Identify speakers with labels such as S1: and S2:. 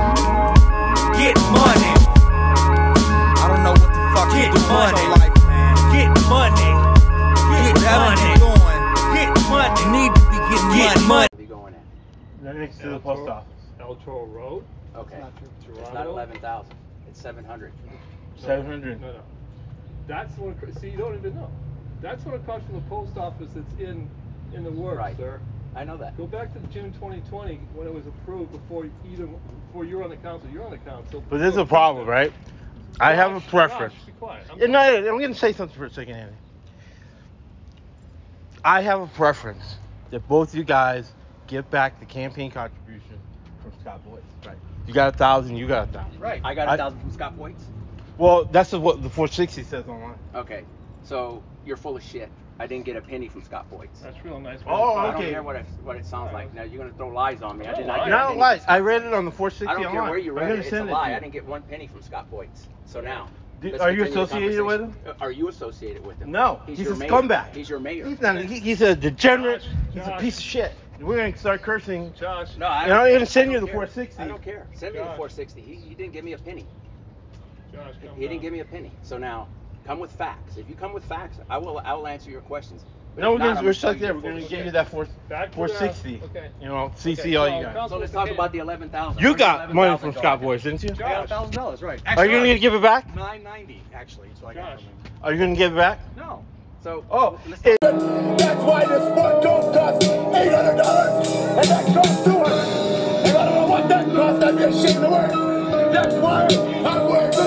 S1: Get money.
S2: I don't know what the fuck
S1: Get
S2: you doing
S1: money.
S2: in life, man.
S1: Get money. Get
S2: Whatever
S1: money.
S2: you doing,
S1: Get money.
S2: you need to be getting
S1: Get
S2: money.
S1: money.
S3: be going in.
S4: Right next to
S5: El
S4: the post
S5: Toro-
S4: office.
S5: El Toro Road,
S3: Okay. It's not
S5: Toronto.
S3: eleven thousand. It's seven hundred.
S4: Seven hundred.
S5: No, no. That's what. it co- See, you don't even know. That's what it costs from the post office. That's in in the works,
S3: Right.
S5: sir.
S3: I know that.
S5: Go back to June 2020 when it was approved before either before you were on the council. You're on the council.
S4: But this is a problem, right? I have a
S5: Josh,
S4: preference.
S5: Josh, be quiet. I'm
S4: Yeah, No, I'm gonna say something for a second, Andy. I have a preference that both you guys give back the campaign contribution from Scott Boyd. Right. You got a thousand. You got a thousand.
S5: Right.
S3: I got
S4: I-
S3: a thousand from Scott Boyd's.
S4: Well, that's what the 460 says online.
S3: Okay. So you're full of shit. I didn't get a penny from Scott Boyd's.
S5: That's real nice.
S4: Oh,
S3: I
S5: Wow.
S3: don't
S4: okay.
S3: care what it, what it sounds like. Now you're gonna throw lies on me. I did
S5: No,
S3: not.
S5: I-
S3: get a
S4: Not
S3: penny
S4: like
S3: from
S4: I
S3: Scott
S4: read it on the
S3: Boyd's.
S4: 460
S3: I don't
S4: online.
S3: care where you
S4: I'm
S3: read
S4: gonna
S3: it. It's a
S4: send to
S3: lie.
S4: you.
S3: I didn't get one penny from Scott Boyd's. So now.
S4: Do-
S3: let's
S4: are you
S3: continue the
S4: associated with him?
S3: conversation. Uh, Are you associated with him?
S4: No, he's,
S3: your
S4: a
S3: mayor.
S4: scumbag.
S3: He's your mayor.
S4: He's not. he- he's a degenerate.
S5: Josh,
S4: he's a
S5: Josh.
S4: piece of shit. We're gonna start cursing.
S5: Josh.
S3: No, I
S4: And I'm
S3: care.
S4: gonna send
S3: I
S4: you
S3: don't
S4: the
S3: care.
S4: 460.
S3: I don't care. Send me the
S5: Josh.
S3: 460. He, he didn't give me a penny.
S5: Josh,
S3: He-
S5: come
S3: He didn't
S5: down.
S3: give me a penny. So now, come with facts. If you come with facts, I will I will answer your questions. But
S4: No,
S3: if
S4: we're
S3: not,
S4: gonna,
S3: I'm
S4: we're
S3: tell
S4: stuck
S3: you
S4: there.
S3: the
S4: We're gonna
S3: full
S4: give
S3: shit.
S4: you that four,
S5: Back to the-
S4: 460.
S5: okay.
S4: You know, CC
S5: Okay,
S4: all
S5: so
S4: you got.
S5: council
S3: So let's
S5: is
S3: talk
S5: taking-
S3: about the 11,000.
S4: You got
S3: $11,000
S4: money from
S3: going
S4: Scott
S3: in.
S4: Boys, didn't you?
S3: I got $1,000, right.
S4: Are you gonna give it back?
S3: 990 actually. So I got
S5: Josh.
S3: from him.
S4: Are you gonna give it back?
S3: No. So
S4: Oh,
S3: let's
S4: it-
S3: talk-
S6: That's why this one coat costs eight hundred dollars, and that costs two hundred. And I don't know what that cost. I'd be ashamed to work. That's why I'm wearing